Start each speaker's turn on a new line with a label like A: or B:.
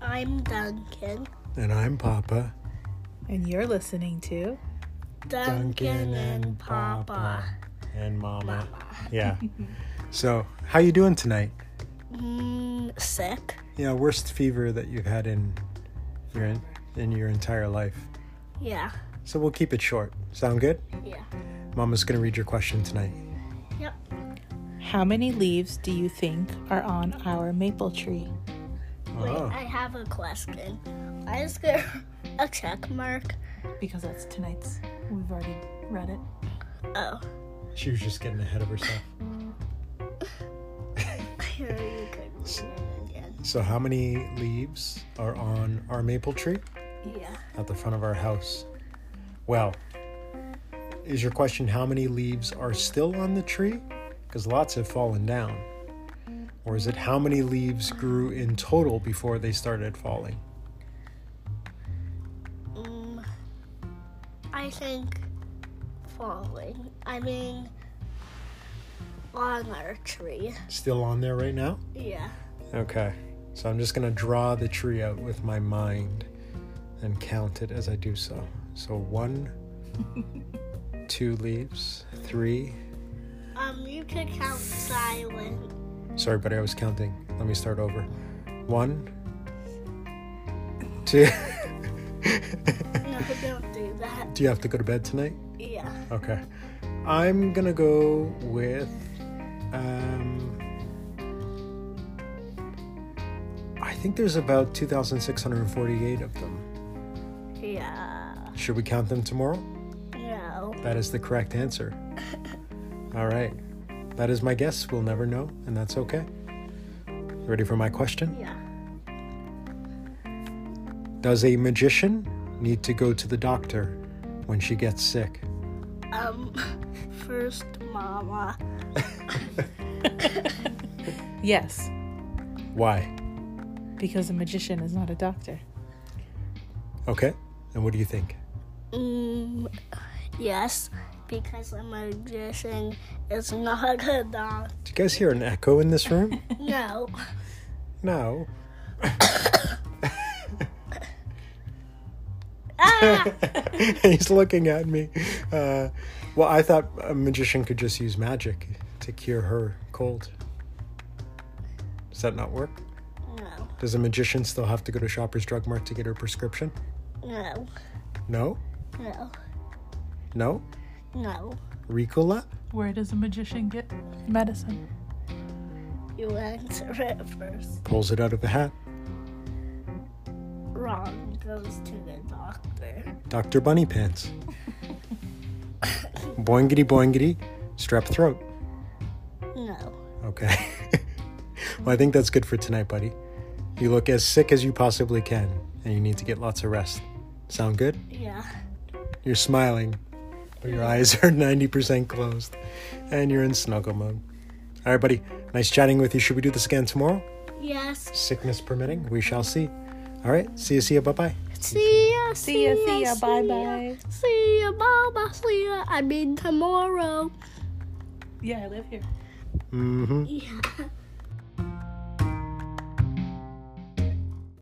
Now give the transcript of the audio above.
A: I'm Duncan.
B: And I'm Papa.
C: And you're listening to
A: Duncan and Papa.
B: And Mama. Yeah. so, how you doing tonight?
A: Mm, sick?
B: Yeah, worst fever that you've had in your in your entire life.
A: Yeah.
B: So we'll keep it short. Sound good?
A: Yeah.
B: Mama's gonna read your question tonight.
A: Yep.
C: How many leaves do you think are on our maple tree?
A: Wait,
B: Oh.
A: I have a question. I just got a check mark.
C: Because that's tonight's. We've already read it.
A: Oh,
B: She was just getting ahead of herself.
A: here you can read it again.
B: So how many leaves are on our maple tree
A: Yeah.
B: at the front of our house? Well, is your question how many leaves are still on the tree? Because lots have fallen down. Or is it how many leaves grew in total before they started falling?
A: Mm, I think falling. I mean, on our tree.
B: Still on there right now?
A: Yeah.
B: Okay. So I'm just going to draw the tree out with my mind and count it as I do so. So one, two leaves, three.
A: Um, you could count silent.
B: Sorry, buddy, I was counting. Let me start over. One, two.
A: No, don't do that.
B: do you have to go to bed tonight?
A: Yeah.
B: Okay. I'm going to go with. Um, I think there's about 2,648 of them.
A: Yeah.
B: Should we count them tomorrow?
A: No.
B: That is the correct answer. All right. That is my guess. We'll never know, and that's okay. Ready for my question?
A: Yeah.
B: Does a magician need to go to the doctor when she gets sick?
A: Um, first, Mama.
C: Yes,
B: Why?
C: because a magician is not a doctor.
B: Okay. And what do you think?
A: Mm, yes, because a magician is not a dog.
B: Do you guys hear an echo in this room?
A: No.
B: no.
A: Ah!
B: He's looking at me. Uh, well, I thought a magician could just use magic to cure her cold. Does that not work?
A: No.
B: Does a magician still have to go to Shoppers Drug Mart to get her prescription?
A: No.
B: No?
A: No.
B: No?
A: No.
B: Ricola?
C: Where does a magician get medicine?
A: You answer it first.
B: Pulls it out of the hat.
A: Ron goes to the doctor.
B: Dr. Bunny Pants. boingity boingity. Strep throat.
A: No.
B: Okay. well, I think that's good for tonight, buddy. You look as sick as you possibly can, and you need to get lots of rest. Sound good?
A: Yeah.
B: You're smiling, but your eyes are 90% closed, and you're in snuggle mode. All right, buddy. Nice chatting with you. Should we do this again tomorrow?
A: Yes.
B: sickness permitting, we shall see. All right, see you, see you, bye bye.
A: See ya.
C: See ya, see ya, bye
A: ya.
C: bye.
A: See ya, Mama. See ya. I mean, tomorrow.
C: Yeah, I live here.
B: Mm-hmm.
A: Yeah.